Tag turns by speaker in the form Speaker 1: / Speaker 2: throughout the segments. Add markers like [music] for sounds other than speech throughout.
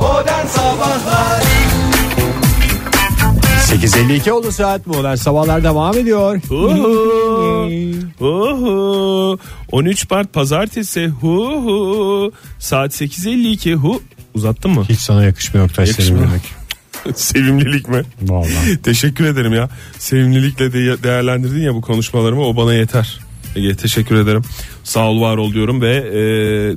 Speaker 1: Oh, Sabahlar
Speaker 2: 8.52 oldu saat Modern Sabahlar devam ediyor.
Speaker 3: Uhu.
Speaker 2: [laughs]
Speaker 3: Uhu. 13 Mart pazartesi hu hu. Saat 8.52 hu. Uzattın mı?
Speaker 2: Hiç sana yakışmıyor Oktay
Speaker 3: Yakışmıyor.
Speaker 2: senin demek.
Speaker 3: Sevimlilik mi?
Speaker 2: Vallahi.
Speaker 3: Teşekkür ederim ya. Sevimlilikle de değerlendirdin ya bu konuşmalarımı o bana yeter. Ege teşekkür ederim. Sağ ol var ol diyorum ve e,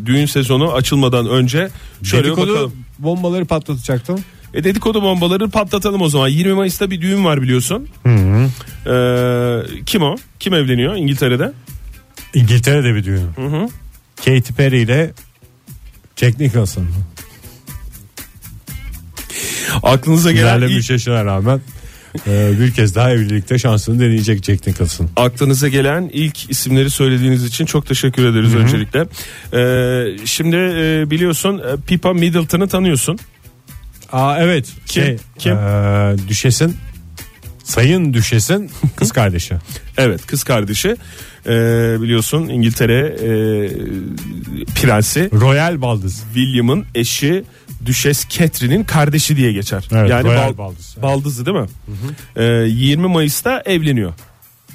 Speaker 3: düğün sezonu açılmadan önce şöyle bir
Speaker 2: Dedikodu
Speaker 3: bakalım.
Speaker 2: bombaları patlatacaktım.
Speaker 3: E, dedikodu bombaları patlatalım o zaman. 20 Mayıs'ta bir düğün var biliyorsun. E, kim o? Kim evleniyor İngiltere'de?
Speaker 2: İngiltere'de bir düğün.
Speaker 3: Hı hı.
Speaker 2: Katy Perry ile Jack Nicholson.
Speaker 3: Aklınıza gelen ilk,
Speaker 2: İlerlemiş yaşına rağmen e, bir kez daha evlilikte şansını deneyecek Jack Nicholson.
Speaker 3: aklınıza gelen ilk isimleri söylediğiniz için çok teşekkür ederiz öncelikle. E, şimdi e, biliyorsun e, Pippa Middleton'ı tanıyorsun.
Speaker 2: Aa evet.
Speaker 3: Kim?
Speaker 2: Şey,
Speaker 3: Kim?
Speaker 2: e, düşesin. Sayın Düşes'in kız kardeşi.
Speaker 3: Evet kız kardeşi e, biliyorsun İngiltere e, prensi
Speaker 2: Royal Baldız.
Speaker 3: William'ın eşi Düşes Catherine'in kardeşi diye geçer.
Speaker 2: Evet,
Speaker 3: yani
Speaker 2: Royal
Speaker 3: bal-
Speaker 2: Baldız.
Speaker 3: baldızı değil mi? E, 20 Mayıs'ta evleniyor.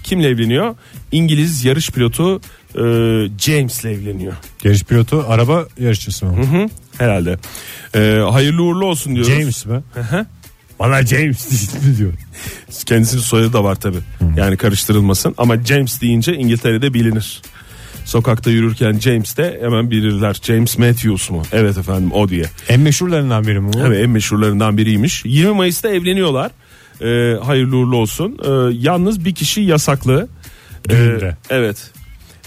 Speaker 3: Kimle evleniyor? İngiliz yarış pilotu e, James'le evleniyor.
Speaker 2: Yarış pilotu araba yarışçısı mı?
Speaker 3: Hı, herhalde. E, hayırlı uğurlu olsun diyoruz.
Speaker 2: James mi?
Speaker 3: hı.
Speaker 2: Bana James diyor.
Speaker 3: Kendisinin soyadı da var tabi. Yani karıştırılmasın. Ama James deyince İngiltere'de bilinir. Sokakta yürürken James de hemen bilirler. James Matthews mu? Evet efendim o diye.
Speaker 2: En meşhurlarından biri mi bu?
Speaker 3: Tabii en meşhurlarından biriymiş. 20 Mayıs'ta evleniyorlar. Ee, hayırlı uğurlu olsun. Ee, yalnız bir kişi yasaklı. Ee,
Speaker 2: Düğünde.
Speaker 3: evet.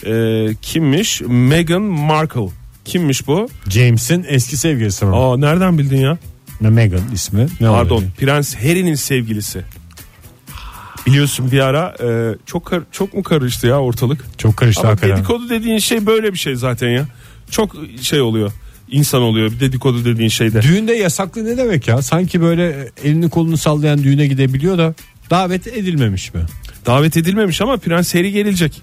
Speaker 3: Ee, kimmiş? Meghan Markle. Kimmiş bu?
Speaker 2: James'in eski sevgilisi mi?
Speaker 3: Aa nereden bildin ya?
Speaker 2: Ne Meghan ismi? Ne
Speaker 3: Pardon,
Speaker 2: oluyor?
Speaker 3: Prens Harry'nin sevgilisi. Biliyorsun bir ara e, çok kar- çok mu karıştı ya ortalık?
Speaker 2: Çok karıştı
Speaker 3: Ama
Speaker 2: hakikaten.
Speaker 3: dedikodu dediğin şey böyle bir şey zaten ya. Çok şey oluyor. İnsan oluyor bir dedikodu dediğin şeyde.
Speaker 2: Düğünde yasaklı ne demek ya? Sanki böyle elini kolunu sallayan düğüne gidebiliyor da davet edilmemiş mi?
Speaker 3: Davet edilmemiş ama Prens Harry gelecek.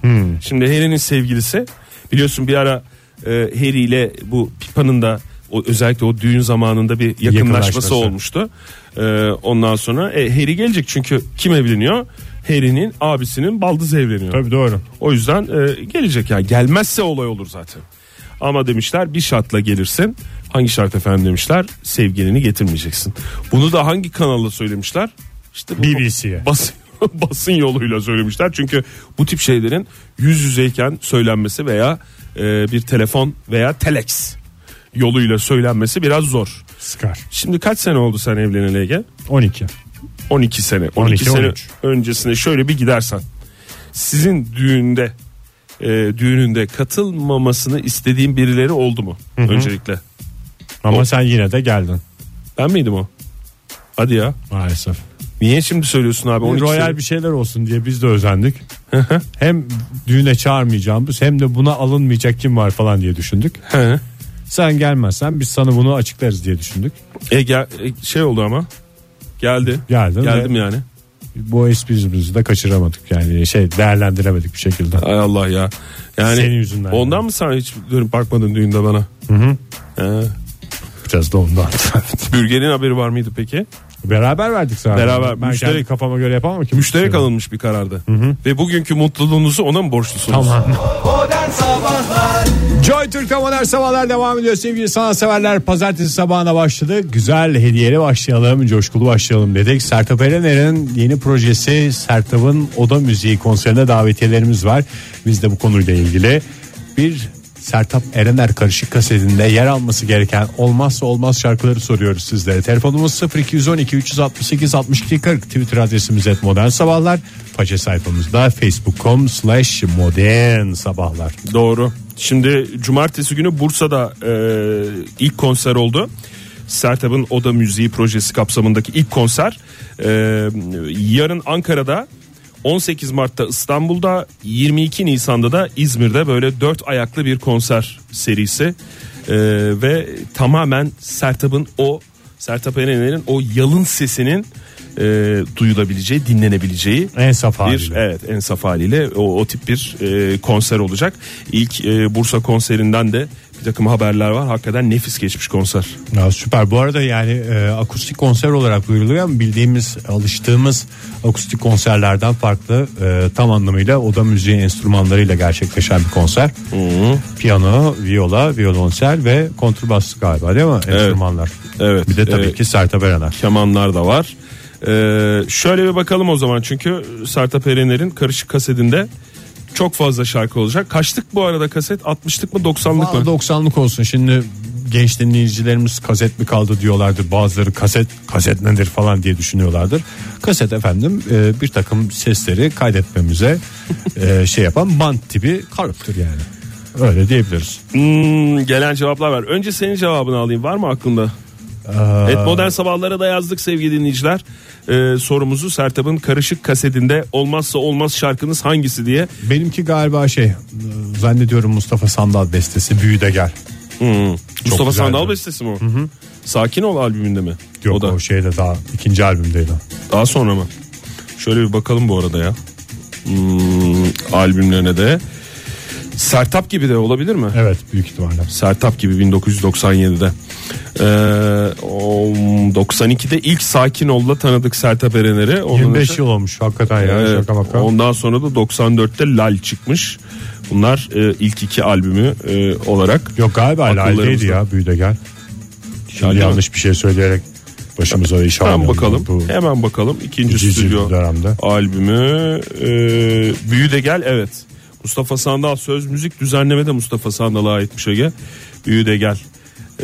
Speaker 2: Hmm.
Speaker 3: Şimdi Harry'nin sevgilisi biliyorsun bir ara e, Harry ile bu Pippa'nın da o, özellikle o düğün zamanında bir yakınlaşması,
Speaker 2: Yakınlaşması.
Speaker 3: olmuştu. E, ondan sonra e, Harry gelecek çünkü kim evleniyor? Harry'nin abisinin baldız evleniyor.
Speaker 2: Tabii doğru.
Speaker 3: O yüzden e, gelecek yani gelmezse olay olur zaten. Ama demişler bir şartla gelirsin. Hangi şart efendim demişler? Sevgilini getirmeyeceksin. Bunu da hangi kanalla söylemişler? İşte bu-
Speaker 2: BBC'ye.
Speaker 3: Basın, [laughs] basın yoluyla söylemişler. Çünkü bu tip şeylerin yüz yüzeyken söylenmesi veya e, bir telefon veya telex yoluyla söylenmesi biraz zor.
Speaker 2: Sıkar.
Speaker 3: Şimdi kaç sene oldu sen evleneli Ege?
Speaker 2: 12.
Speaker 3: 12 sene 12,
Speaker 2: 12,
Speaker 3: sene
Speaker 2: 13.
Speaker 3: öncesine şöyle bir gidersen sizin düğünde e, düğününde katılmamasını istediğin birileri oldu mu öncelikle
Speaker 2: Ama sen yine de geldin
Speaker 3: ben miydim o hadi ya
Speaker 2: maalesef.
Speaker 3: niye şimdi söylüyorsun abi 12
Speaker 2: Royal
Speaker 3: sene-
Speaker 2: bir şeyler olsun diye biz de özendik. hem düğüne çağırmayacağımız hem de buna alınmayacak kim var falan diye düşündük.
Speaker 3: He.
Speaker 2: Sen gelmezsen biz sana bunu açıklarız diye düşündük.
Speaker 3: E, gel- e, şey oldu ama geldi
Speaker 2: Geldin
Speaker 3: geldim
Speaker 2: ve
Speaker 3: yani
Speaker 2: bu esprimizi de kaçıramadık yani şey değerlendiremedik bir şekilde.
Speaker 3: ay Allah ya yani
Speaker 2: Senin yüzünden.
Speaker 3: ondan
Speaker 2: Yani.
Speaker 3: mı sen hiç dönüp bakmadın düğünde bana He.
Speaker 2: Biraz da ondan.
Speaker 3: Bürgen'in haberi var mıydı peki?
Speaker 2: [laughs] Beraber verdik sana.
Speaker 3: Beraber.
Speaker 2: Ben
Speaker 3: Müşterek-
Speaker 2: kendi kafama göre yapamam ki.
Speaker 3: Müşterek alınmış bir karardı. Ve bugünkü mutluluğunuzu ona mı borçlusunuz?
Speaker 2: Tamam.
Speaker 1: Modern Sabahlar
Speaker 2: Joy Türk'te modern sabahlar devam ediyor sevgili sanatseverler. Pazartesi sabahına başladı. Güzel hediyeli başlayalım, coşkulu başlayalım dedik. Sertab Erener'in yeni projesi Sertab'ın Oda Müziği konserine davetiyelerimiz var. Biz de bu konuyla ilgili bir Sertab Erener karışık kasetinde yer alması gereken olmazsa olmaz şarkıları soruyoruz sizlere. Telefonumuz 0212 368 62 40 Twitter adresimiz et modern sabahlar. Faça sayfamızda facebook.com slash modern sabahlar.
Speaker 3: Doğru. Şimdi cumartesi günü Bursa'da e, ilk konser oldu. Sertab'ın Oda Müziği projesi kapsamındaki ilk konser. E, yarın Ankara'da 18 Mart'ta İstanbul'da 22 Nisan'da da İzmir'de böyle dört ayaklı bir konser serisi. E, ve tamamen Sertab'ın o Sertab Erener'in o yalın sesinin e, duyulabileceği, dinlenebileceği
Speaker 2: En saf
Speaker 3: bir
Speaker 2: haliyle.
Speaker 3: evet en saf haliyle o, o tip bir e, konser olacak. İlk e, Bursa e, konserinden de Bir takım haberler var. Hakikaten nefis geçmiş konser.
Speaker 2: Ya süper. Bu arada yani e, akustik konser olarak duyuruluyor ama bildiğimiz, alıştığımız akustik konserlerden farklı e, tam anlamıyla oda müziği enstrümanlarıyla gerçekleşen bir konser. Piyano, viyola, violonsel ve kontrbas galiba değil mi? Enstrümanlar.
Speaker 3: Evet.
Speaker 2: Bir de tabii
Speaker 3: Evet.
Speaker 2: ki Sertab Erener.
Speaker 3: Kemanlar da var. Ee, şöyle bir bakalım o zaman çünkü Sertab Erener'in karışık kasetinde çok fazla şarkı olacak. Kaçlık bu arada kaset? 60'lık mı 90'lık mı?
Speaker 2: 90'lık olsun. Şimdi genç dinleyicilerimiz kaset mi kaldı diyorlardı. Bazıları kaset kaset nedir falan diye düşünüyorlardır. Kaset efendim e, bir takım sesleri kaydetmemize
Speaker 3: [laughs]
Speaker 2: e, şey yapan bant tipi kalıptır yani. Öyle diyebiliriz.
Speaker 3: Hmm, gelen cevaplar var. Önce senin cevabını alayım. Var mı aklında? Evet modern sabahlara da yazdık sevgili dinleyiciler. Ee, sorumuzu Sertab'ın karışık kasetinde olmazsa olmaz şarkınız hangisi diye.
Speaker 2: Benimki galiba şey e, zannediyorum Mustafa Sandal bestesi Büyü de Gel.
Speaker 3: Hmm, Mustafa
Speaker 2: güzeldi.
Speaker 3: Sandal bestesi mi o? Sakin ol albümünde mi?
Speaker 2: Yok o,
Speaker 3: da.
Speaker 2: şeyde daha ikinci albümdeydi.
Speaker 3: Daha sonra mı? Şöyle bir bakalım bu arada ya. Hmm, albümlerine de. Sertap gibi de olabilir mi?
Speaker 2: Evet büyük ihtimalle.
Speaker 3: Sertap gibi 1997'de. Ee, o, 92'de ilk Sakin Ol'la tanıdık Sertap Erener'i. Onun
Speaker 2: 25
Speaker 3: önce-
Speaker 2: yıl olmuş hakikaten ya
Speaker 3: Evet,
Speaker 2: şaka maka.
Speaker 3: Ondan sonra da 94'te Lal çıkmış. Bunlar e, ilk iki albümü e, olarak.
Speaker 2: Yok galiba Lale'deydi
Speaker 3: Akıllarımızda.
Speaker 2: ya Büyü de Gel. Şimdi
Speaker 3: Yani
Speaker 2: yanlış bir şey söyleyerek başımıza iş
Speaker 3: Hemen
Speaker 2: almayalım.
Speaker 3: bakalım.
Speaker 2: Bu
Speaker 3: Hemen bakalım. İkinci
Speaker 2: Cici
Speaker 3: stüdyo
Speaker 2: dönemde.
Speaker 3: albümü. E, Büyü de gel evet. Mustafa Sandal söz müzik düzenleme de Mustafa Sandal'a aitmiş Ege. Büyü de gel.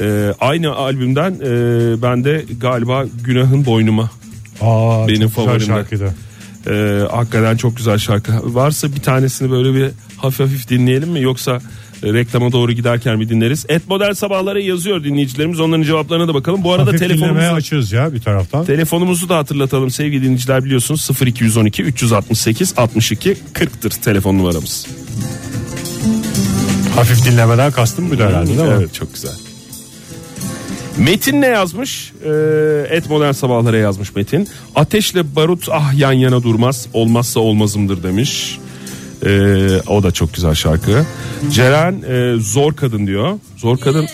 Speaker 3: E, aynı albümden e, ben de galiba Günahın Boynuma
Speaker 2: Aa,
Speaker 3: Benim
Speaker 2: çok güzel
Speaker 3: favorim de.
Speaker 2: şarkıydı.
Speaker 3: Ee, hakikaten çok güzel şarkı. Varsa bir tanesini böyle bir hafif hafif dinleyelim mi? Yoksa e, reklama doğru giderken mi dinleriz? Et model sabahlara yazıyor dinleyicilerimiz. Onların cevaplarına da bakalım. Bu arada
Speaker 2: Hafif dinlemeye
Speaker 3: telefonumuzu,
Speaker 2: açığız ya bir taraftan.
Speaker 3: telefonumuzu da hatırlatalım sevgili dinleyiciler biliyorsunuz 0212 368 62 40'tır telefon numaramız.
Speaker 2: Hafif dinlemeden kastım bu da herhalde değil mi?
Speaker 3: Hmm, Evet çok güzel. Metin ne yazmış? Ee, Et Modern Sabahlara yazmış Metin. Ateşle barut ah yan yana durmaz. Olmazsa olmazımdır demiş. Ee, o da çok güzel şarkı. Ceren e, zor kadın diyor. Zor kadın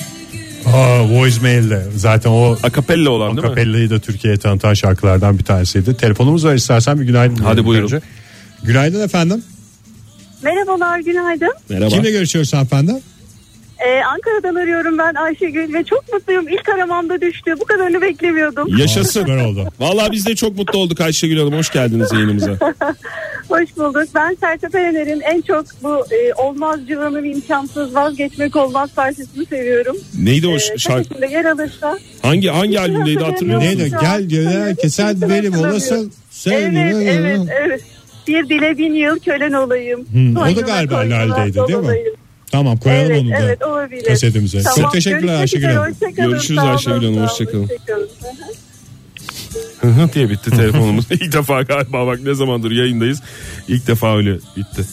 Speaker 2: Aa, Voice Mail'de zaten o
Speaker 3: akapella olan değil mi?
Speaker 2: kapellayı da Türkiye'ye tanıtan şarkılardan bir tanesiydi. Telefonumuz var istersen bir günaydın. diyelim
Speaker 3: buyurun.
Speaker 2: Günaydın efendim.
Speaker 4: Merhabalar, günaydın.
Speaker 3: Merhaba.
Speaker 2: Kimle görüşüyoruz efendim?
Speaker 4: Ee, Ankara'dan arıyorum ben Ayşegül ve çok mutluyum. İlk aramamda düştü. Bu kadarını beklemiyordum.
Speaker 3: Yaşasın.
Speaker 2: Süper oldu.
Speaker 3: Vallahi biz de çok mutlu olduk Ayşegül Hanım. Hoş geldiniz yayınımıza.
Speaker 4: Hoş bulduk. Ben Sertab Erener'in en çok bu e, olmaz cıvımı ve imkansız vazgeçmek olmaz parçasını seviyorum.
Speaker 3: Neydi o
Speaker 4: Ee,
Speaker 3: şarkı?
Speaker 4: tanesinde yer alırsa.
Speaker 3: Hangi hangi albümdeydi hatırlıyor musun?
Speaker 2: Neydi? Gel gel keser benim olasın. Sen-
Speaker 4: Evet, evet, evet. Bir dile bin yıl kölen olayım.
Speaker 2: Hmm, o da
Speaker 4: Soyuna
Speaker 2: galiba
Speaker 4: koyulan
Speaker 2: Lale'deydi, değil mi?
Speaker 4: dolayım.
Speaker 2: Tamam koyalım
Speaker 4: Evet,
Speaker 2: onu da.
Speaker 4: evet olabilir.
Speaker 2: kasetimize. Çok teşekkürler
Speaker 4: görüşmek
Speaker 2: Ayşegül
Speaker 4: üzere,
Speaker 2: Hanım.
Speaker 4: hoşça kalın,
Speaker 3: Görüşürüz
Speaker 4: sağ olun,
Speaker 3: Ayşegül Hanım,
Speaker 4: sağ olun,
Speaker 3: hoşça kalın.
Speaker 4: hoşça kalın.
Speaker 3: Hı hı diye bitti telefonumuz. [laughs] İlk defa galiba bak ne zamandır yayındayız. İlk defa öyle bitti.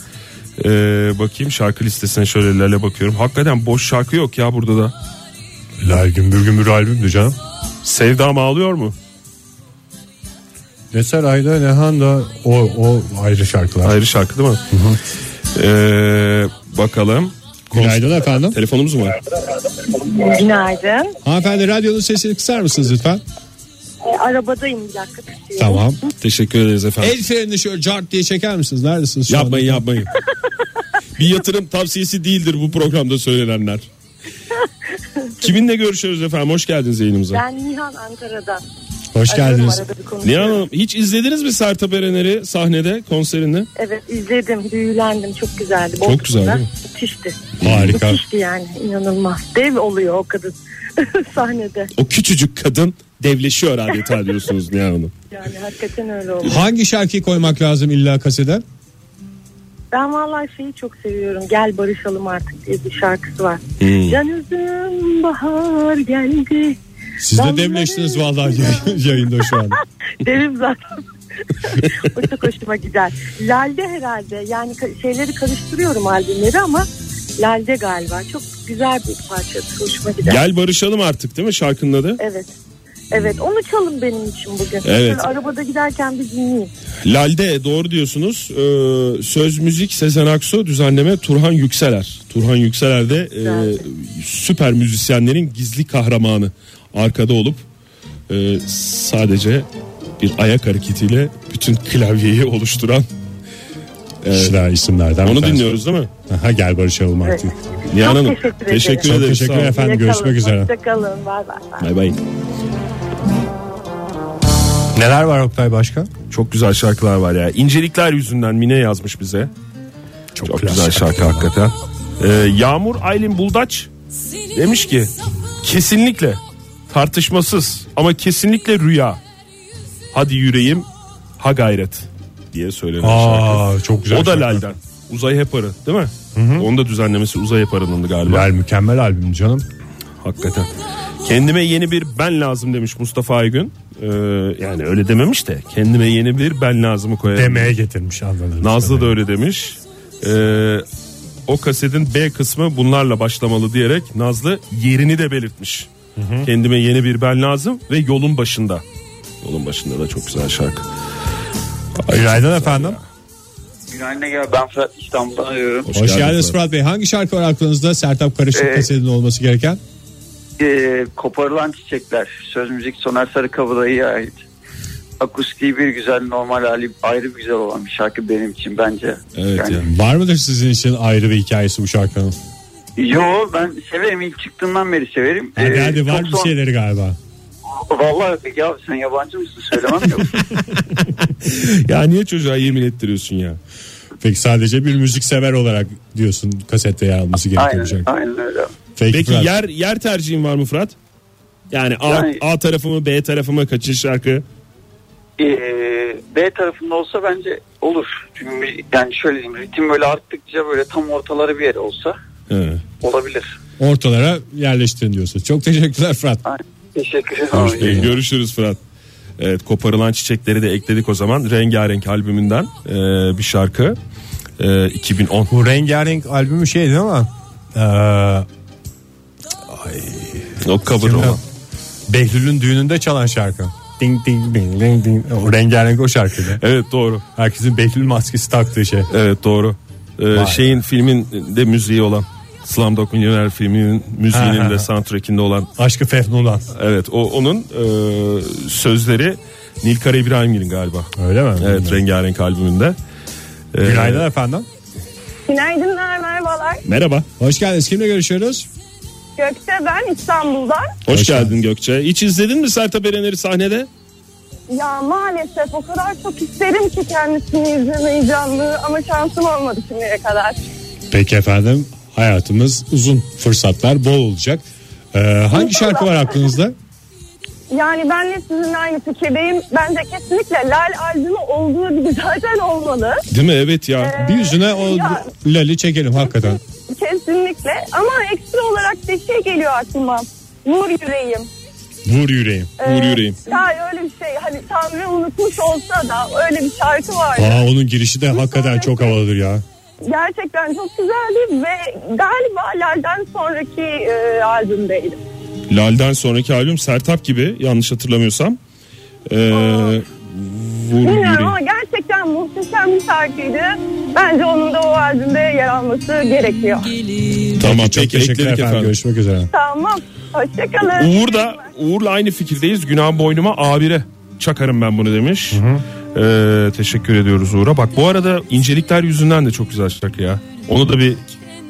Speaker 3: Ee, bakayım şarkı listesine şöyle lale bakıyorum. Hakikaten boş şarkı yok ya burada da.
Speaker 2: Lal gümbür gümbür albümdü canım.
Speaker 3: Sevdam ağlıyor mu?
Speaker 2: Ne sarayda ne handa o, o ayrı şarkılar.
Speaker 3: Ayrı şarkı değil mi? Ee, bakalım.
Speaker 2: Günaydın efendim.
Speaker 3: Telefonumuz mu var?
Speaker 5: Günaydın.
Speaker 2: Hanımefendi radyonun sesini kısar mısınız lütfen?
Speaker 5: E, arabadayım bir dakika.
Speaker 2: Tamam.
Speaker 3: Teşekkür ederiz efendim.
Speaker 2: El frenini şöyle cart diye çeker misiniz? Neredesiniz? şu
Speaker 3: yapmayın yapmayın. [laughs] Bir yatırım tavsiyesi değildir bu programda söylenenler. Kiminle görüşüyoruz efendim? Hoş geldiniz yayınımıza.
Speaker 5: Ben Nihan Ankara'dan.
Speaker 2: anda? Hoş
Speaker 5: Arıyorum,
Speaker 2: geldiniz.
Speaker 5: Arada bir
Speaker 3: Nihan
Speaker 5: konuşuyorum.
Speaker 3: Hanım hiç izlediniz mi Sertab Erener'i sahnede konserini?
Speaker 5: Evet izledim. Büyülendim. Çok güzeldi.
Speaker 3: Çok güzel
Speaker 5: Bodrum'da
Speaker 3: değil mi?
Speaker 5: Müthişti.
Speaker 2: Harika.
Speaker 5: Müthişti yani. inanılmaz. Dev oluyor o kadın [laughs] sahnede.
Speaker 3: O küçücük kadın devleşiyor adeta diyorsunuz Nihan Hanım.
Speaker 5: Yani hakikaten öyle oldu.
Speaker 2: Hangi şarkıyı koymak lazım illa kaseden?
Speaker 5: Ben vallahi şeyi çok seviyorum. Gel barışalım artık diye bir şarkısı var.
Speaker 3: Hmm.
Speaker 5: Can üzüm bahar geldi.
Speaker 2: Siz de
Speaker 5: Ben
Speaker 2: demleştiniz
Speaker 5: bunları-
Speaker 2: vallahi yayın- yayında şu an.
Speaker 5: Derim zaten. [laughs] o çok hoşuma gider. Lalde herhalde yani ka- şeyleri karıştırıyorum albümleri ama Lalde galiba. Çok güzel bir parça. Hoşuma gider.
Speaker 3: Gel barışalım artık değil mi şarkının adı?
Speaker 5: Evet. Evet onu çalın benim için bugün.
Speaker 6: Evet.
Speaker 5: Şöyle arabada giderken bir dinleyin.
Speaker 6: Lalde doğru diyorsunuz. Ee, söz müzik Sezen Aksu düzenleme Turhan Yükseler. Turhan Yükseler de e, süper müzisyenlerin gizli kahramanı. Arkada olup e, sadece bir ayak hareketiyle bütün klavyeyi oluşturan.
Speaker 2: Sıra isimlerden. bir
Speaker 6: Onu
Speaker 2: tanesi.
Speaker 6: dinliyoruz değil mi?
Speaker 2: Aha, gel barışalım artık.
Speaker 6: Nihan Hanım,
Speaker 5: teşekkür ederim.
Speaker 6: teşekkür
Speaker 5: Çok
Speaker 6: ederim.
Speaker 2: teşekkür
Speaker 6: Sağ olun.
Speaker 2: ederim. Efendim, görüşmek üzere.
Speaker 5: Hoşçakalın. Bay bay.
Speaker 6: Bay bay.
Speaker 2: Neler var Oktay başka?
Speaker 3: Çok güzel şarkılar var ya. İncelikler yüzünden Mine yazmış bize. Çok, güzel şarkı hakikaten. Ee, Yağmur Aylin Buldaç demiş ki kesinlikle tartışmasız ama kesinlikle rüya. Hadi yüreğim ha gayret diye söylenen şarkı.
Speaker 2: Aa çok güzel.
Speaker 3: o da
Speaker 2: şarkı.
Speaker 3: Lal'den. Uzay Hepar'ı değil mi? Onun da düzenlemesi Uzay Hepar'ındı galiba.
Speaker 2: Lal mükemmel albüm canım.
Speaker 3: Hakikaten. Kendime yeni bir ben lazım demiş Mustafa Aygün. Ee, yani öyle dememiş de kendime yeni bir ben lazımı koyarım.
Speaker 2: Demeye getirmiş anladın.
Speaker 3: Nazlı da öyle demiş. Ee, o kasetin B kısmı bunlarla başlamalı diyerek Nazlı yerini de belirtmiş. Kendime yeni bir ben lazım ve yolun başında. Yolun başında da çok güzel şarkı.
Speaker 2: Günaydın efendim.
Speaker 7: Günaydın Ege. Ben Fırat İstanbul'dan arıyorum.
Speaker 2: Hoş, geldiniz Fırat Bey. Hangi şarkı var aklınızda Sertab Karışık
Speaker 7: Ee,
Speaker 2: kasetinin olması gereken?
Speaker 7: Ee, koparılan Çiçekler. Söz müzik Soner Sarıkabadayı'ya ait. Akustiği bir güzel normal hali ayrı bir güzel olan bir şarkı benim için bence.
Speaker 6: Evet
Speaker 7: Yani-
Speaker 6: ya.
Speaker 2: Var mıdır sizin için ayrı bir hikayesi bu şarkının?
Speaker 7: Yo ben severim ilk çıktığından beri severim.
Speaker 2: Hadi
Speaker 7: Ee,
Speaker 2: hadi var
Speaker 7: çok
Speaker 2: bir şey
Speaker 7: son-
Speaker 2: şeyleri galiba.
Speaker 7: Vallahi Ege abi sen yabancı mısın söylemem
Speaker 2: [laughs]
Speaker 7: yok.
Speaker 6: ya niye çocuğa yemin ettiriyorsun ya?
Speaker 2: Peki sadece bir müzik sever olarak diyorsun kasette yer alması gerekiyor bu
Speaker 7: aynen,
Speaker 2: şarkı.
Speaker 7: aynen öyle.
Speaker 2: Peki,
Speaker 6: Peki
Speaker 2: Fırat.
Speaker 6: yer yer tercihin var mı Fırat? Yani A,
Speaker 7: Yani-
Speaker 6: A tarafı mı B tarafı mı kaçıncı şarkı?
Speaker 7: Ee, B tarafında olsa bence olur. Çünkü yani şöyle diyeyim ritim böyle arttıkça böyle tam ortaları bir yer olsa
Speaker 6: He.
Speaker 7: olabilir.
Speaker 2: ortalara yerleştirin diyorsun. Çok teşekkürler Fırat.
Speaker 7: Aynen. Teşekkür ederim.
Speaker 6: Ee,
Speaker 7: abi.
Speaker 6: Görüşürüz Fırat.
Speaker 3: Evet koparılan çiçekleri de ekledik o zaman. Rengarenk albümünden e, bir şarkı. E, 2010.
Speaker 2: Bu rengarenk albümü şey değil mi? Ee,
Speaker 3: O cover
Speaker 2: kimden?
Speaker 3: olan.
Speaker 2: Behlül'ün düğününde çalan şarkı. Ding ding ding ding ding. O rengarenk o şarkıydı.
Speaker 3: Evet doğru.
Speaker 2: Herkesin Behlül maskesi taktığı şey.
Speaker 3: Evet doğru. E, şeyin filmin de müziği olan. Slumdog Milyoner filminin
Speaker 2: Ha, ha,
Speaker 3: müziğinin
Speaker 2: ha.
Speaker 3: de soundtrackinde olan
Speaker 2: Aşkı Fehnulan.
Speaker 3: Evet o onun e, sözleri Nilkara İbrahimgil'in galiba.
Speaker 2: Öyle mi?
Speaker 3: Evet rengarenk albümünde. E,
Speaker 2: Günaydın efendim.
Speaker 4: Günaydınlar merhabalar.
Speaker 6: Merhaba.
Speaker 2: Hoş geldiniz. Kimle görüşüyoruz?
Speaker 4: Gökçe ben İstanbul'dan.
Speaker 6: Hoş,
Speaker 2: Hoş
Speaker 6: geldin Gökçe. Hiç izledin mi Sertab Erener'i sahnede?
Speaker 4: Ya maalesef o kadar çok isterim ki kendisini izlemeyi canlı ama şansım olmadı şimdiye kadar.
Speaker 2: Peki efendim. Hayatımız uzun. Fırsatlar bol olacak. Ee, hangi şarkı var aklınızda?
Speaker 4: Yani ben de sizinle aynı fikirdeyim. Bence kesinlikle Lal albümü olduğu gibi [laughs] zaten olmalı.
Speaker 6: Değil mi? Evet ya.
Speaker 2: Bir yüzüne o
Speaker 4: Ya.
Speaker 2: lali çekelim hakikaten.
Speaker 4: Kesinlikle ama ekstra olarak da şey geliyor aklıma. Nur yüreğim.
Speaker 2: Vur yüreğim.
Speaker 6: Uğur yüreğim.
Speaker 4: Ya öyle bir şey hani Tanrı unutmuş olsa da öyle bir şarkı vardı.
Speaker 2: Aa, onun girişi de hakikaten
Speaker 4: sonraki-
Speaker 2: çok havalıdır ya.
Speaker 4: Gerçekten çok güzeldi ve galiba Lal'den sonraki e, albümdeydi.
Speaker 6: Lal'den sonraki albüm Sertab gibi yanlış hatırlamıyorsam. Ee, Vur
Speaker 4: Bilmiyorum
Speaker 6: yüreğim.
Speaker 4: ama gerçekten muhteşem bir şarkıydı. Bence onun da o albümde yer alması gerekiyor.
Speaker 6: Tamam
Speaker 2: Çok
Speaker 6: peki
Speaker 2: teşekkürler
Speaker 6: ekledik
Speaker 2: efendim.
Speaker 6: efendim.
Speaker 2: Görüşmek üzere.
Speaker 4: Tamam. Hoşçakalın.
Speaker 3: Uğur da Uğur'la aynı fikirdeyiz. Günah boynuma A1'e çakarım ben bunu demiş. E, teşekkür ediyoruz Uğur'a. Bak bu arada incelikler yüzünden de çok güzel şarkı ya. Onu da bir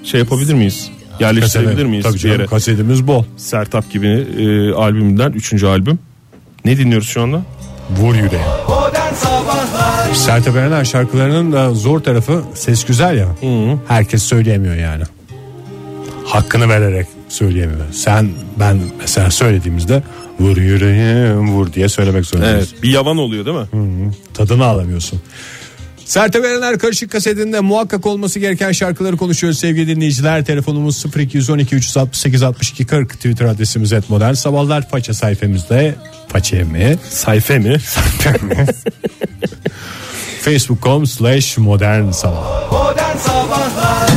Speaker 3: şey yapabilir miyiz? Yerleştirebilir miyiz
Speaker 2: Tabii
Speaker 3: bir yere?
Speaker 2: canım kasetimiz bol.
Speaker 3: Sertap gibi e, albümünden 3. albüm. Ne dinliyoruz şu anda?
Speaker 2: Vur yüreğim.
Speaker 1: Modern Sabahlar
Speaker 2: Sertab Erener şarkılarının da zor tarafı ses güzel ya. Herkes söyleyemiyor yani. Hakkını vererek söyleyemiyor. Sen ben mesela söylediğimizde vur yüreğim vur diye söylemek zorundayız.
Speaker 3: Evet. Bir yavan oluyor değil mi?
Speaker 2: Tadını alamıyorsun. Sertab Erener Karışık kasetinde muhakkak olması gereken şarkıları konuşuyoruz sevgili dinleyiciler. Telefonumuz 0212 368 62 40 Twitter adresimiz et modern sabahlar. Faça sayfamızda faça mi?
Speaker 3: Sayfa [laughs] mı?
Speaker 2: Facebook.com slash modern sabah.
Speaker 1: Oh, Modern Sabahlar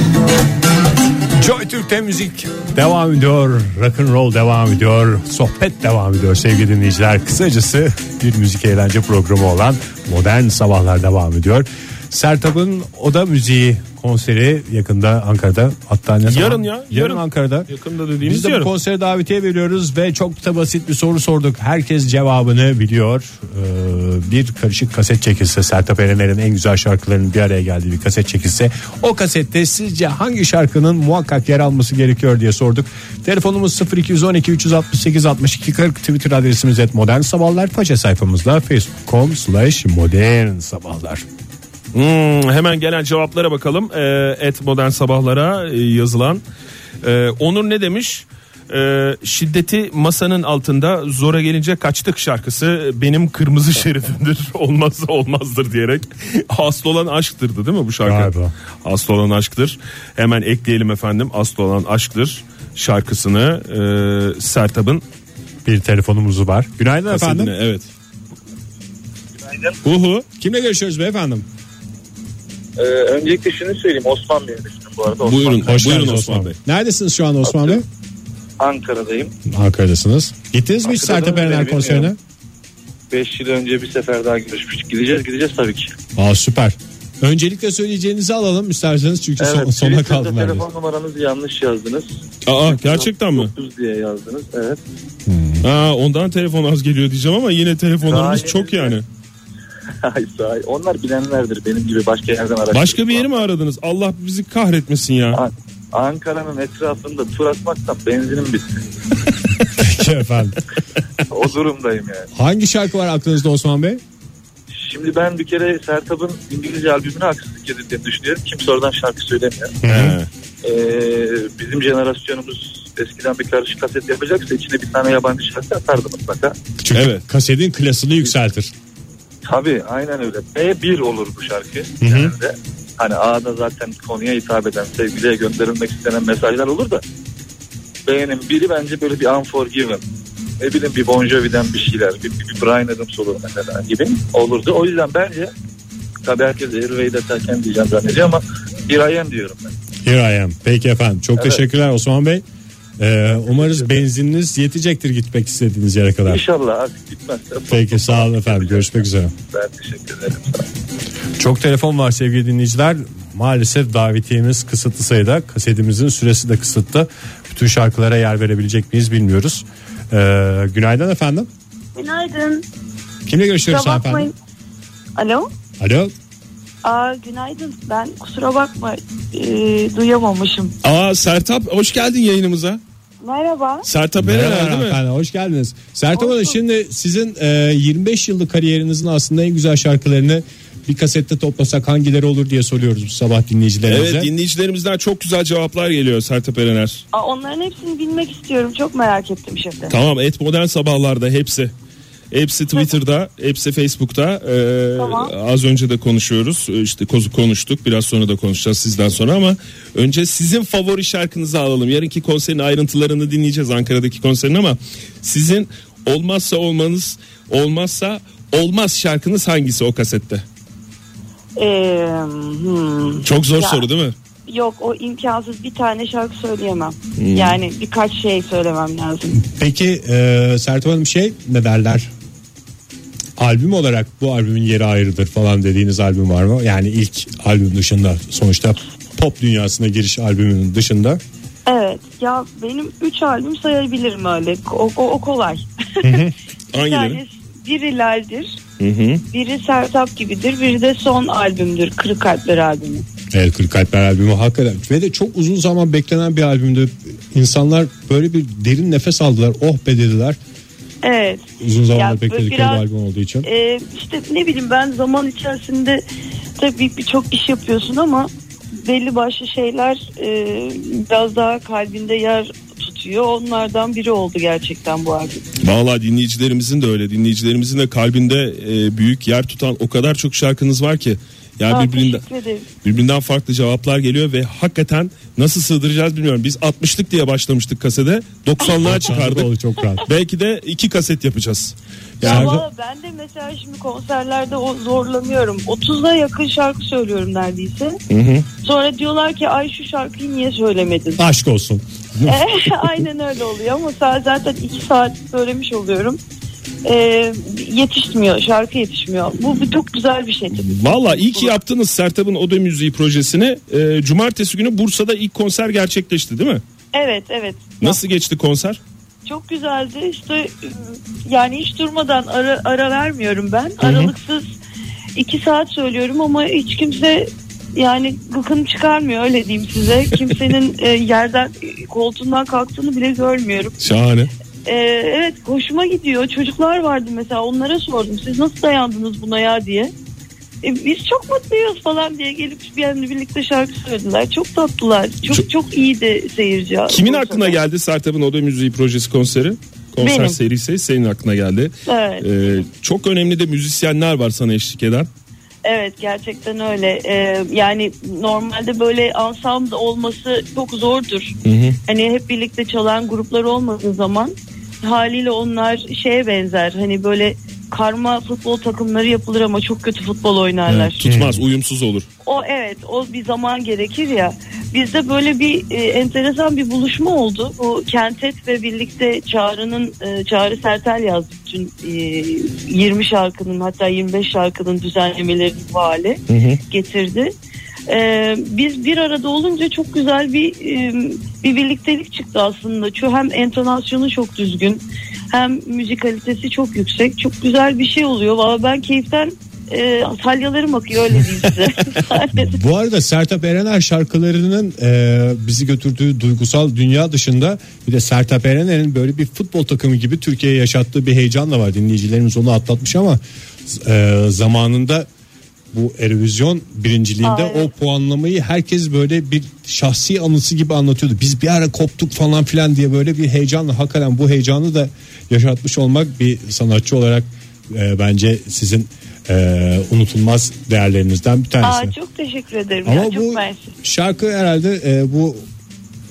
Speaker 2: Joy Türk'te müzik devam ediyor. Rock and roll devam ediyor. Sohbet devam ediyor sevgili dinleyiciler. Kısacası bir müzik eğlence programı olan Modern Sabahlar devam ediyor. Sertab'ın Oda Müziği konseri yakında Ankara'da. Hatta ne zaman?
Speaker 3: Yarın ya,
Speaker 2: Yarın,
Speaker 3: yarın.
Speaker 2: Ankara'da.
Speaker 3: Yakında dediğimiz
Speaker 2: Biz de bu
Speaker 3: yarın.
Speaker 2: konsere davetiye veriyoruz ve çok da basit bir soru sorduk. Herkes cevabını biliyor. Ee, bir karışık kaset çekilse Sertab Erener'in en güzel şarkılarının bir araya geldiği bir kaset çekilse o kasette sizce hangi şarkının muhakkak yer alması gerekiyor diye sorduk. Telefonumuz 0212 368 62 40 Twitter adresimiz et modern sabahlar faça sayfamızda facebook.com slash modern sabahlar.
Speaker 3: Hmm, hemen gelen cevaplara bakalım. Ee, Et Modern Sabahlara e, yazılan. Ee, Onur ne demiş? Ee, şiddeti masanın altında zora gelince kaçtık şarkısı benim kırmızı [laughs] şeridimdir olmazsa olmazdır diyerek asıl olan aşktırdı değil mi bu şarkı?
Speaker 2: Galiba.
Speaker 3: Asıl olan aşktır. Hemen ekleyelim efendim asıl olan aşktır şarkısını e, Sertab'ın
Speaker 2: Bir telefonumuz var. Günaydın
Speaker 6: Kasetine,
Speaker 2: efendim.
Speaker 6: evet.
Speaker 3: Uhu
Speaker 2: Kimle görüşüyoruz beyefendim?
Speaker 8: Ee, öncelikle şunu söyleyeyim. Osman Bey'in ismim bu arada. Osman
Speaker 6: Buyurun,
Speaker 2: Hoş
Speaker 6: buyurun
Speaker 2: geldiniz
Speaker 6: Osman Bey.
Speaker 2: Neredesiniz şu an Osman Bey?
Speaker 8: Ankara'dayım.
Speaker 2: Ankara'dasınız. Gittiniz mi hiç
Speaker 8: Ankara'da
Speaker 2: Sertab
Speaker 8: mı?
Speaker 2: Erener
Speaker 8: Bilmiyorum.
Speaker 2: konserine?
Speaker 8: 5 yıl önce bir sefer daha görüşmüştük. Gideceğiz gideceğiz tabii ki.
Speaker 2: Aa süper. Öncelikle söyleyeceğinizi alalım isterseniz çünkü son, sona
Speaker 8: Twitter'da
Speaker 2: kaldım ben. de.
Speaker 8: Telefon numaranızı yanlış yazdınız.
Speaker 6: Aa gerçekten mi?
Speaker 8: 9 diye yazdınız. Evet. [laughs]
Speaker 6: Aa, ondan telefon az geliyor diyeceğim ama yine telefonlarımız
Speaker 8: Daha
Speaker 6: çok
Speaker 8: yeni-
Speaker 6: yani.
Speaker 8: Ay, sahi. Onlar bilenlerdir benim gibi başka yerden araştırdım.
Speaker 6: Başka bir yeri mi aradınız? Allah bizi kahretmesin ya.
Speaker 8: An- Ankara'nın etrafında tur atmaktan benzinim bitti.
Speaker 2: [laughs] Peki efendim.
Speaker 6: [laughs]
Speaker 8: o durumdayım yani.
Speaker 2: Hangi şarkı var aklınızda Osman Bey?
Speaker 8: Şimdi ben bir kere Sertab'ın İngilizce albümüne haksızlık edildiğini düşünüyorum. Kimse oradan şarkı söylemiyor.
Speaker 6: He.
Speaker 8: Ee, bizim jenerasyonumuz eskiden bir karışık kaset yapacaksa içine bir tane yabancı şarkı atardı mutlaka.
Speaker 2: Çünkü
Speaker 6: Evet.
Speaker 2: kasetin klasını yükseltir.
Speaker 8: Tabii aynen öyle. B1 olur bu şarkı genelde. Hani A'da zaten konuya hitap eden, sevgiliye gönderilmek istenen mesajlar olur da B'nin biri bence böyle bir Unforgiven. Ne bileyim bir Bon Jovi'den bir şeyler, bir, bir, bir Brian Adams olur mesela gibi olurdu. O yüzden bence tabii herkes Airway derken diyeceğim zannediyor ama bir IM diyorum ben.
Speaker 2: Here I am. Peki efendim. Çok
Speaker 8: Evet.
Speaker 2: teşekkürler Osman Bey. Ee, umarız benzininiz yetecektir gitmek istediğiniz yere kadar.
Speaker 8: İnşallah artık gitmezse.
Speaker 2: Peki sağ olun efendim. Görüşmek üzere.
Speaker 8: Ben teşekkür ederim.
Speaker 2: Çok telefon var sevgili dinleyiciler. Maalesef davetiyemiz kısıtlı sayıda. Kasetimizin süresi de kısıtlı. Bütün şarkılara yer verebilecek miyiz bilmiyoruz. Ee, günaydın efendim.
Speaker 4: Günaydın.
Speaker 2: Kimle görüşüyoruz
Speaker 4: Kusura
Speaker 2: efendim?
Speaker 4: bakmayın. Alo.
Speaker 2: Alo.
Speaker 4: Aa, günaydın. Ben kusura bakma e, duyamamışım.
Speaker 6: Aa Sertap hoş geldin yayınımıza.
Speaker 4: Merhaba.
Speaker 6: Sertap Erener
Speaker 2: Merhaba
Speaker 6: değil mi?
Speaker 2: efendim. Hoş geldiniz. Sertab
Speaker 4: Hoş
Speaker 2: Hanım
Speaker 4: bulduk.
Speaker 2: şimdi sizin e, 25 yıllık kariyerinizin aslında en güzel şarkılarını bir kasette toplasak hangileri olur diye soruyoruz bu sabah dinleyicilerimize.
Speaker 6: Evet dinleyicilerimizden çok güzel cevaplar geliyor Sertap Erener.
Speaker 4: Aa, onların hepsini bilmek istiyorum. Çok merak ettim şimdi.
Speaker 6: Tamam et modern sabahlarda hepsi. Hepsi Twitter'da, hepsi Facebook'ta. Ee,
Speaker 4: Tamam.
Speaker 6: Az önce de konuşuyoruz. Ee, İşte kozu konuştuk. Biraz sonra da konuşacağız sizden sonra ama önce sizin favori şarkınızı alalım. Yarınki konserin ayrıntılarını dinleyeceğiz Ankara'daki konserin ama sizin olmazsa olmanız, olmazsa olmaz şarkınız hangisi o kasette?
Speaker 4: Ee, hmm.
Speaker 6: Çok zor
Speaker 4: Ya.
Speaker 6: soru değil mi?
Speaker 4: Yok o imkansız bir tane şarkı söyleyemem.
Speaker 6: Hmm.
Speaker 4: Yani birkaç şey söylemem lazım.
Speaker 2: Peki e, Sertab Hanım şey ne derler? Albüm olarak bu albümün yeri ayrıdır falan dediğiniz albüm var mı? Yani ilk albüm dışında sonuçta pop dünyasına giriş albümünün dışında.
Speaker 4: Evet ya benim 3 albüm sayabilirim öyle. O, o, o kolay. Bir
Speaker 6: Hangileri?
Speaker 4: tanesi biri Lal'dir,
Speaker 6: Hı hı.
Speaker 4: biri Sertap gibidir, biri de son albümdür. Kırık Kalpler albümü.
Speaker 2: Evet Kırk Kalpler albümü hakikaten ve de çok uzun zaman beklenen bir albümdü. İnsanlar böyle bir derin nefes aldılar. Oh be dediler.
Speaker 4: Evet.
Speaker 2: Uzun
Speaker 4: Ya,
Speaker 2: zamandır
Speaker 4: bu
Speaker 2: bekledikleri
Speaker 4: biraz-
Speaker 2: bir albüm olduğu için.
Speaker 4: Ee, işte ne bileyim ben zaman içerisinde tabii birçok iş yapıyorsun ama belli başlı şeyler e, biraz daha kalbinde yer tutuyor. Onlardan biri oldu gerçekten bu albüm.
Speaker 6: Vallahi dinleyicilerimizin de öyle. Dinleyicilerimizin de kalbinde e, büyük yer tutan o kadar çok şarkınız var ki.
Speaker 3: Yani
Speaker 4: Aa,
Speaker 3: birbirinden
Speaker 4: teşekkür ederim.
Speaker 3: birbirinden farklı cevaplar geliyor ve hakikaten nasıl sığdıracağız bilmiyorum. Biz 60'lık diye başlamıştık kasede. 90'lığa çıkardık.
Speaker 2: Oldu çok rahat.
Speaker 3: Belki de iki kaset yapacağız.
Speaker 4: Ya
Speaker 3: Yani
Speaker 4: valla ben de mesela şimdi konserlerde o zorlanıyorum. 30'a yakın şarkı söylüyorum neredeyse. Sonra diyorlar ki ay şu şarkıyı niye söylemedin?
Speaker 2: Aşk olsun.
Speaker 4: Eh, [laughs] Aynen öyle oluyor ama sa- zaten iki saat söylemiş oluyorum. Ee, yetişmiyor, şarkı yetişmiyor. Bu bir- çok güzel bir şey. tabii.
Speaker 3: Valla iyi ki yaptınız Sertab'ın Oda Müziği projesini. Ee, cumartesi günü Bursa'da ilk konser gerçekleşti değil mi?
Speaker 4: Evet, evet.
Speaker 3: Nasıl geçti konser?
Speaker 4: Çok güzeldi. İşte e, yani hiç durmadan ara, ara vermiyorum ben. Aralıksız iki saat söylüyorum ama hiç kimse yani gıkını çıkarmıyor öyle diyeyim size. Kimsenin e, yerden e, koltuğundan kalktığını bile görmüyorum.
Speaker 3: Şahane.
Speaker 4: E, evet hoşuma gidiyor. Çocuklar vardı mesela onlara sordum. Siz nasıl dayandınız buna ya diye. E, biz çok mutluyuz falan diye gelip bir anda birlikte şarkı söylediler. Çok tatlılar. Çok çok, iyiydi seyirci.
Speaker 3: Kimin
Speaker 4: Bu
Speaker 3: aklına
Speaker 4: sefer.
Speaker 3: geldi Sertab'ın Oda Müziği projesi konseri? Konser
Speaker 4: Benim.
Speaker 3: serisi senin aklına geldi.
Speaker 4: Evet.
Speaker 3: Ee, çok önemli de müzisyenler var sana eşlik eden.
Speaker 4: Evet gerçekten öyle. Ee, yani normalde böyle ansambl olması çok zordur. Hani hep birlikte çalan gruplar olmadığı zaman haliyle onlar şeye benzer. Hani böyle karma futbol takımları yapılır ama çok kötü futbol oynarlar.
Speaker 3: Ee, Tutmaz, uyumsuz olur.
Speaker 4: O evet o bir zaman gerekir ya. Bizde böyle bir e, enteresan bir buluşma oldu. Bu Kentet ve birlikte Çağrı'nın e, Çağrı Sertel yazdı bütün e, 20 şarkının hatta 25 şarkının düzenlemelerini bu hale getirdi. E, biz bir arada olunca çok güzel bir e, bir birliktelik çıktı aslında. Çünkü hem entonasyonu çok düzgün hem müzikalitesi çok yüksek. Çok güzel bir şey oluyor. Valla ben keyiften e, salyalarım akıyor öyle diyeyim size.
Speaker 2: Bu arada Sertab Erener şarkılarının e, bizi götürdüğü duygusal dünya dışında bir de Sertab Erener'in böyle bir futbol takımı gibi Türkiye'ye yaşattığı bir heyecan da var. Dinleyicilerimiz onu atlatmış ama e, zamanında bu Eurovision birinciliğinde
Speaker 4: Aa, evet.
Speaker 2: o puanlamayı herkes böyle bir şahsi anısı gibi anlatıyordu. Biz bir ara koptuk falan filan diye böyle bir heyecanla hakikaten bu heyecanı da yaşatmış olmak bir sanatçı olarak e, bence sizin e, unutulmaz değerlerinizden bir tanesi.
Speaker 4: Aa, çok teşekkür ederim.
Speaker 2: Ama
Speaker 4: ya,
Speaker 2: bu
Speaker 4: çok mersi.
Speaker 2: şarkı herhalde e, bu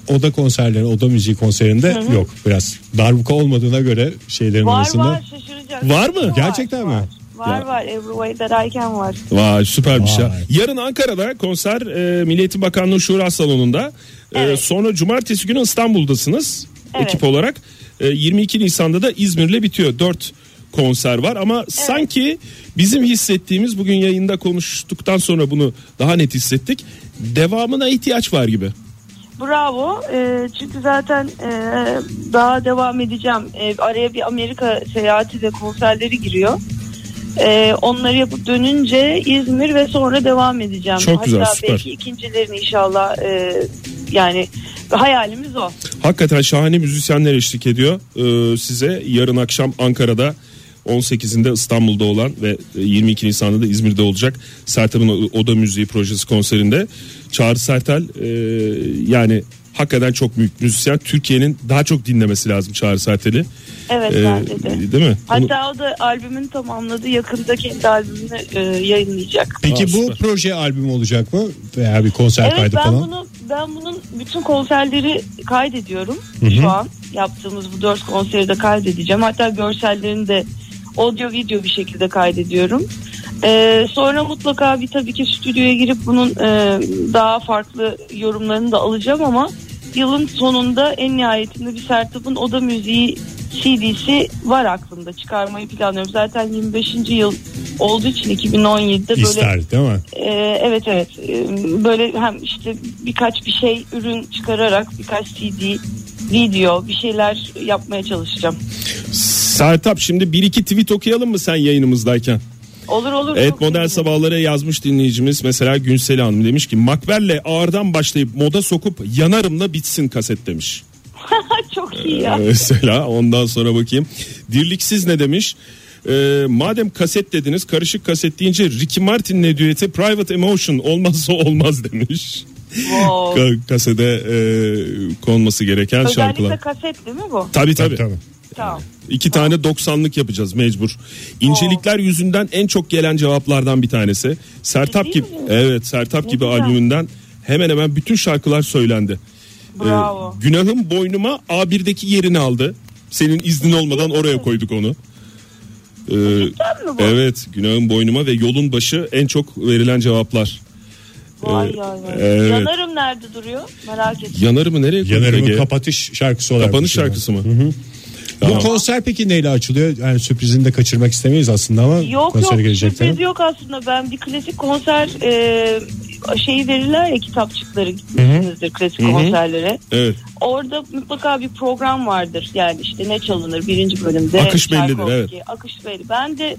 Speaker 2: oda konserleri, oda müziği konserinde yok. Biraz darbuka olmadığına göre şeylerin
Speaker 4: Var
Speaker 2: arasında.
Speaker 4: var şaşıracaksın.
Speaker 3: Var mı?
Speaker 2: Gerçekten mi?
Speaker 4: Var
Speaker 3: Ya.
Speaker 4: var Ebru Aydarayken var.
Speaker 3: Vay süper bir şey.
Speaker 2: Vay.
Speaker 3: Yarın Ankara'da konser e, Milli Eğitim Bakanlığı Şura Salonu'nda. E,
Speaker 4: Evet.
Speaker 3: sonra cumartesi günü İstanbul'dasınız
Speaker 4: Evet.
Speaker 3: ekip olarak. E, 22 Nisan'da da İzmir'le bitiyor. 4 konser var ama sanki bizim hissettiğimiz bugün yayında konuştuktan sonra bunu daha net hissettik. Devamına ihtiyaç var gibi.
Speaker 4: Bravo. Ee, çünkü zaten e, daha devam edeceğim. E, araya bir Amerika seyahati ve konserleri giriyor. E, onları yapıp dönünce İzmir ve sonra devam edeceğim.
Speaker 3: Çok
Speaker 4: Hatta
Speaker 3: güzel, süper.
Speaker 4: belki ikincilerini inşallah e, yani hayalimiz o.
Speaker 3: Hakikaten şahane müzisyenler eşlik ediyor Ee, size. Yarın akşam Ankara'da 18'inde İstanbul'da olan ve 22 Nisan'da da İzmir'de olacak Sertab'ın O- Oda Müziği Projesi konserinde Çağrı Sertel e, yani hakikaten çok büyük müzisyen. Türkiye'nin daha çok dinlemesi lazım Çağrı Sertel'i.
Speaker 4: Evet
Speaker 3: Ee,
Speaker 4: bence de.
Speaker 3: Değil mi? Onu-
Speaker 4: Hatta o da albümünü tamamladı. Yakında kendi albümünü e, yayınlayacak.
Speaker 2: Peki
Speaker 3: Aa,
Speaker 2: bu
Speaker 3: süper.
Speaker 2: proje albümü olacak mı? Veya bir konser
Speaker 4: Evet
Speaker 2: kaydı
Speaker 4: ben
Speaker 2: falan?
Speaker 4: bunu ben bunun bütün konserleri kaydediyorum şu an yaptığımız bu dört konseri de kaydedeceğim hatta görsellerini de audio video bir şekilde kaydediyorum. Ee, sonra mutlaka bir tabii ki stüdyoya girip bunun e, daha farklı yorumlarını da alacağım ama yılın sonunda en nihayetinde bir Sertab'ın Oda Müziği CD'si var aklımda çıkarmayı planlıyorum. Zaten 25. yıl olduğu için 2017'de böyle
Speaker 2: İster değil mi?
Speaker 4: ee, evet evet Ee, böyle hem işte birkaç bir şey ürün çıkararak birkaç CD video bir şeyler yapmaya çalışacağım.
Speaker 3: Sertab şimdi bir iki tweet okuyalım mı sen yayınımızdayken?
Speaker 4: Olur olur.
Speaker 3: Evet
Speaker 4: çok
Speaker 3: modern
Speaker 4: sevinirim.
Speaker 3: sabahlara yazmış dinleyicimiz mesela Günsel Hanım demiş ki Makber'le ağırdan başlayıp moda sokup yanarımla bitsin kaset demiş.
Speaker 4: [laughs] çok iyi ya.
Speaker 3: Ee, [laughs] mesela ondan sonra bakayım. Dirliksiz ne demiş? Ee, madem kaset dediniz karışık kaset deyince Ricky Martin'le düeti Private Emotion olmazsa olmaz demiş.
Speaker 4: Wow.
Speaker 3: Ka- kasede e, konması gereken
Speaker 4: Özellikle
Speaker 3: şarkılar.
Speaker 4: kaset değil mi bu?
Speaker 3: Tabii tabii.
Speaker 2: Tabii, tabii.
Speaker 4: Tamam.
Speaker 6: İki tane 90'lık yapacağız mecbur. İncelikler yüzünden en çok gelen cevaplardan bir tanesi. Sertap
Speaker 4: Ciddi
Speaker 6: gibi
Speaker 4: misin?
Speaker 6: evet Sertap gibi
Speaker 4: güzel.
Speaker 6: albümünden hemen hemen bütün şarkılar söylendi. Ee,
Speaker 4: Bravo.
Speaker 6: günahım boynuma A1'deki yerini aldı. Senin iznin olmadan oraya koyduk onu. Ee,
Speaker 4: mi bu?
Speaker 6: evet günahın boynuma ve yolun başı en çok verilen cevaplar.
Speaker 4: Vay vay vay.
Speaker 6: evet.
Speaker 4: Yanarım nerede duruyor? Merak ettim.
Speaker 6: Yanarımı nereye koyduk?
Speaker 2: Yanarımın
Speaker 6: Ege?
Speaker 2: kapatış şarkısı olarak.
Speaker 6: Kapanış
Speaker 2: düşünüyorum.
Speaker 6: şarkısı mı?
Speaker 2: Bu konser peki neyle açılıyor? Yani sürprizini de kaçırmak istemeyiz aslında ama
Speaker 4: Yok
Speaker 2: konsere
Speaker 4: yok
Speaker 2: gelecekler.
Speaker 4: sürpriz yok aslında. Ben bir klasik konser e, şeyi verirler ya kitapçıkları gitmişsinizdir klasik konserlere.
Speaker 6: Evet.
Speaker 4: Orada mutlaka bir program vardır. Yani işte ne çalınır birinci bölümde.
Speaker 6: Akış bellidir,
Speaker 4: Tchaikovsky,
Speaker 6: evet.
Speaker 4: Akış belli. Ben de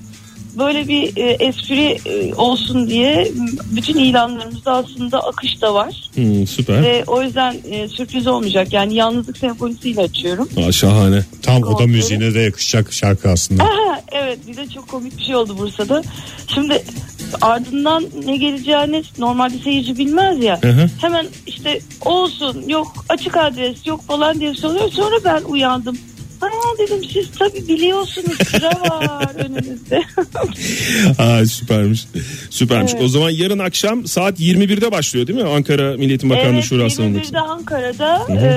Speaker 4: böyle bir e, espri e, olsun diye m, bütün ilanlarımızda aslında akış da var.
Speaker 6: Hmm, süper.
Speaker 4: Ve o yüzden e, sürpriz olmayacak. Yani Yalnızlık Senfonisi'yle açıyorum.
Speaker 6: Aa, şahane.
Speaker 2: Tam oda
Speaker 4: Konseri.
Speaker 2: müziğine de yakışacak şarkı aslında.
Speaker 4: Aha, [laughs] evet bir de çok komik bir şey oldu Bursa'da. Şimdi ardından ne geleceğini normalde seyirci bilmez ya.
Speaker 6: hı.
Speaker 4: Hemen işte olsun yok açık adres yok falan diye soruyor. Sonra ben uyandım. Aa dedim siz tabii biliyorsunuz sıra var
Speaker 6: [laughs]
Speaker 4: önünüzde.
Speaker 6: Aa, süpermiş. Süpermiş. O zaman yarın akşam saat 21'de başlıyor değil mi? Ankara Milliyetin Bakanlığı
Speaker 4: evet
Speaker 6: Şurası'nın.
Speaker 4: 21'de Ankara'da e,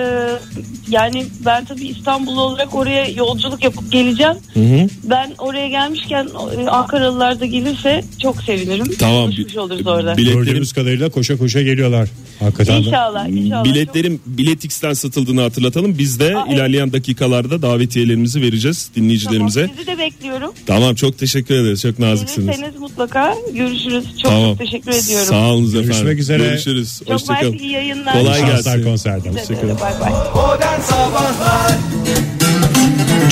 Speaker 4: yani ben tabii İstanbullu olarak oraya yolculuk yapıp geleceğim.
Speaker 6: hı.
Speaker 4: Ben oraya gelmişken e, Ankaralılar da gelirse çok sevinirim.
Speaker 6: Tamam.
Speaker 4: Konuşmuş oluruz orada.
Speaker 6: Biletlerim,
Speaker 2: Gördüğümüz kadarıyla koşa koşa geliyorlar. Hakikaten de.
Speaker 4: İnşallah,
Speaker 6: Hmm,
Speaker 4: inşallah.
Speaker 6: biletlerim biletix'ten satıldığını hatırlatalım. Biz de
Speaker 4: Aa, evet.
Speaker 6: ilerleyen dakikalarda davetiyelerimizi verecez
Speaker 4: Çok- tamam,
Speaker 6: dinleyicilerimize.
Speaker 4: Sizi de bekliyorum.
Speaker 6: Tamam, çok teşekkür ederiz. Çok naziksiniz.
Speaker 4: Gelirseniz mutlaka görüşürüz. Çok
Speaker 6: Tamam.
Speaker 4: çok teşekkür ediyorum.
Speaker 6: Sağ olun efendim.
Speaker 2: Görüşmek üzere.
Speaker 6: Görüşürüz.
Speaker 4: çok
Speaker 6: Hoşçakalın.
Speaker 4: mersi, iyi yayınlar.
Speaker 6: Kolay
Speaker 2: Şanslar
Speaker 6: gelsin.
Speaker 2: konserden.
Speaker 4: Size de, Bay bay.
Speaker 1: Modern Sabahlar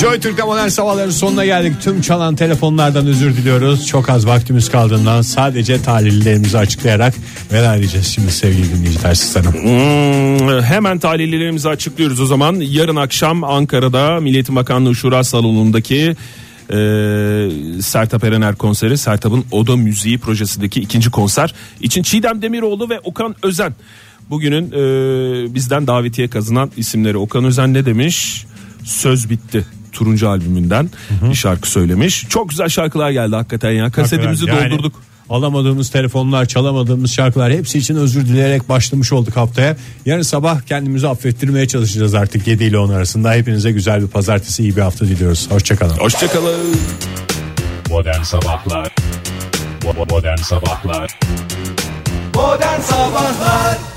Speaker 2: Joy Türk'te modern sabahların sonuna geldik. Tüm çalan telefonlardan özür diliyoruz. Çok az vaktimiz kaldığından sadece talihlilerimizi açıklayarak veda edeceğiz şimdi sevgili dinleyiciler sizlere.
Speaker 3: Hmm, hemen talihlilerimizi açıklıyoruz o zaman. Yarın akşam Ankara'da Milliyetin Bakanlığı Şura Salonu'ndaki e, Sertab Erener konseri Sertab'ın Oda Müziği projesindeki ikinci konser için Çiğdem Demiroğlu ve Okan Özen bugünün e, bizden davetiye kazanan isimleri Okan Özen ne demiş söz bitti turuncu albümünden bir şarkı söylemiş çok güzel şarkılar geldi hakikaten ya kasetimizi
Speaker 2: Hakikaten yani
Speaker 3: doldurduk
Speaker 2: Alamadığımız telefonlar, çalamadığımız şarkılar hepsi için özür dileyerek başlamış olduk haftaya. Yarın sabah kendimizi affettirmeye çalışacağız artık 7 ile 10 arasında. Hepinize güzel bir pazartesi, iyi bir hafta diliyoruz. Hoşçakalın.
Speaker 3: hoşçakalın
Speaker 9: Modern Sabahlar Bo- bo- Modern Sabahlar
Speaker 1: Oh, Modern Sabahlar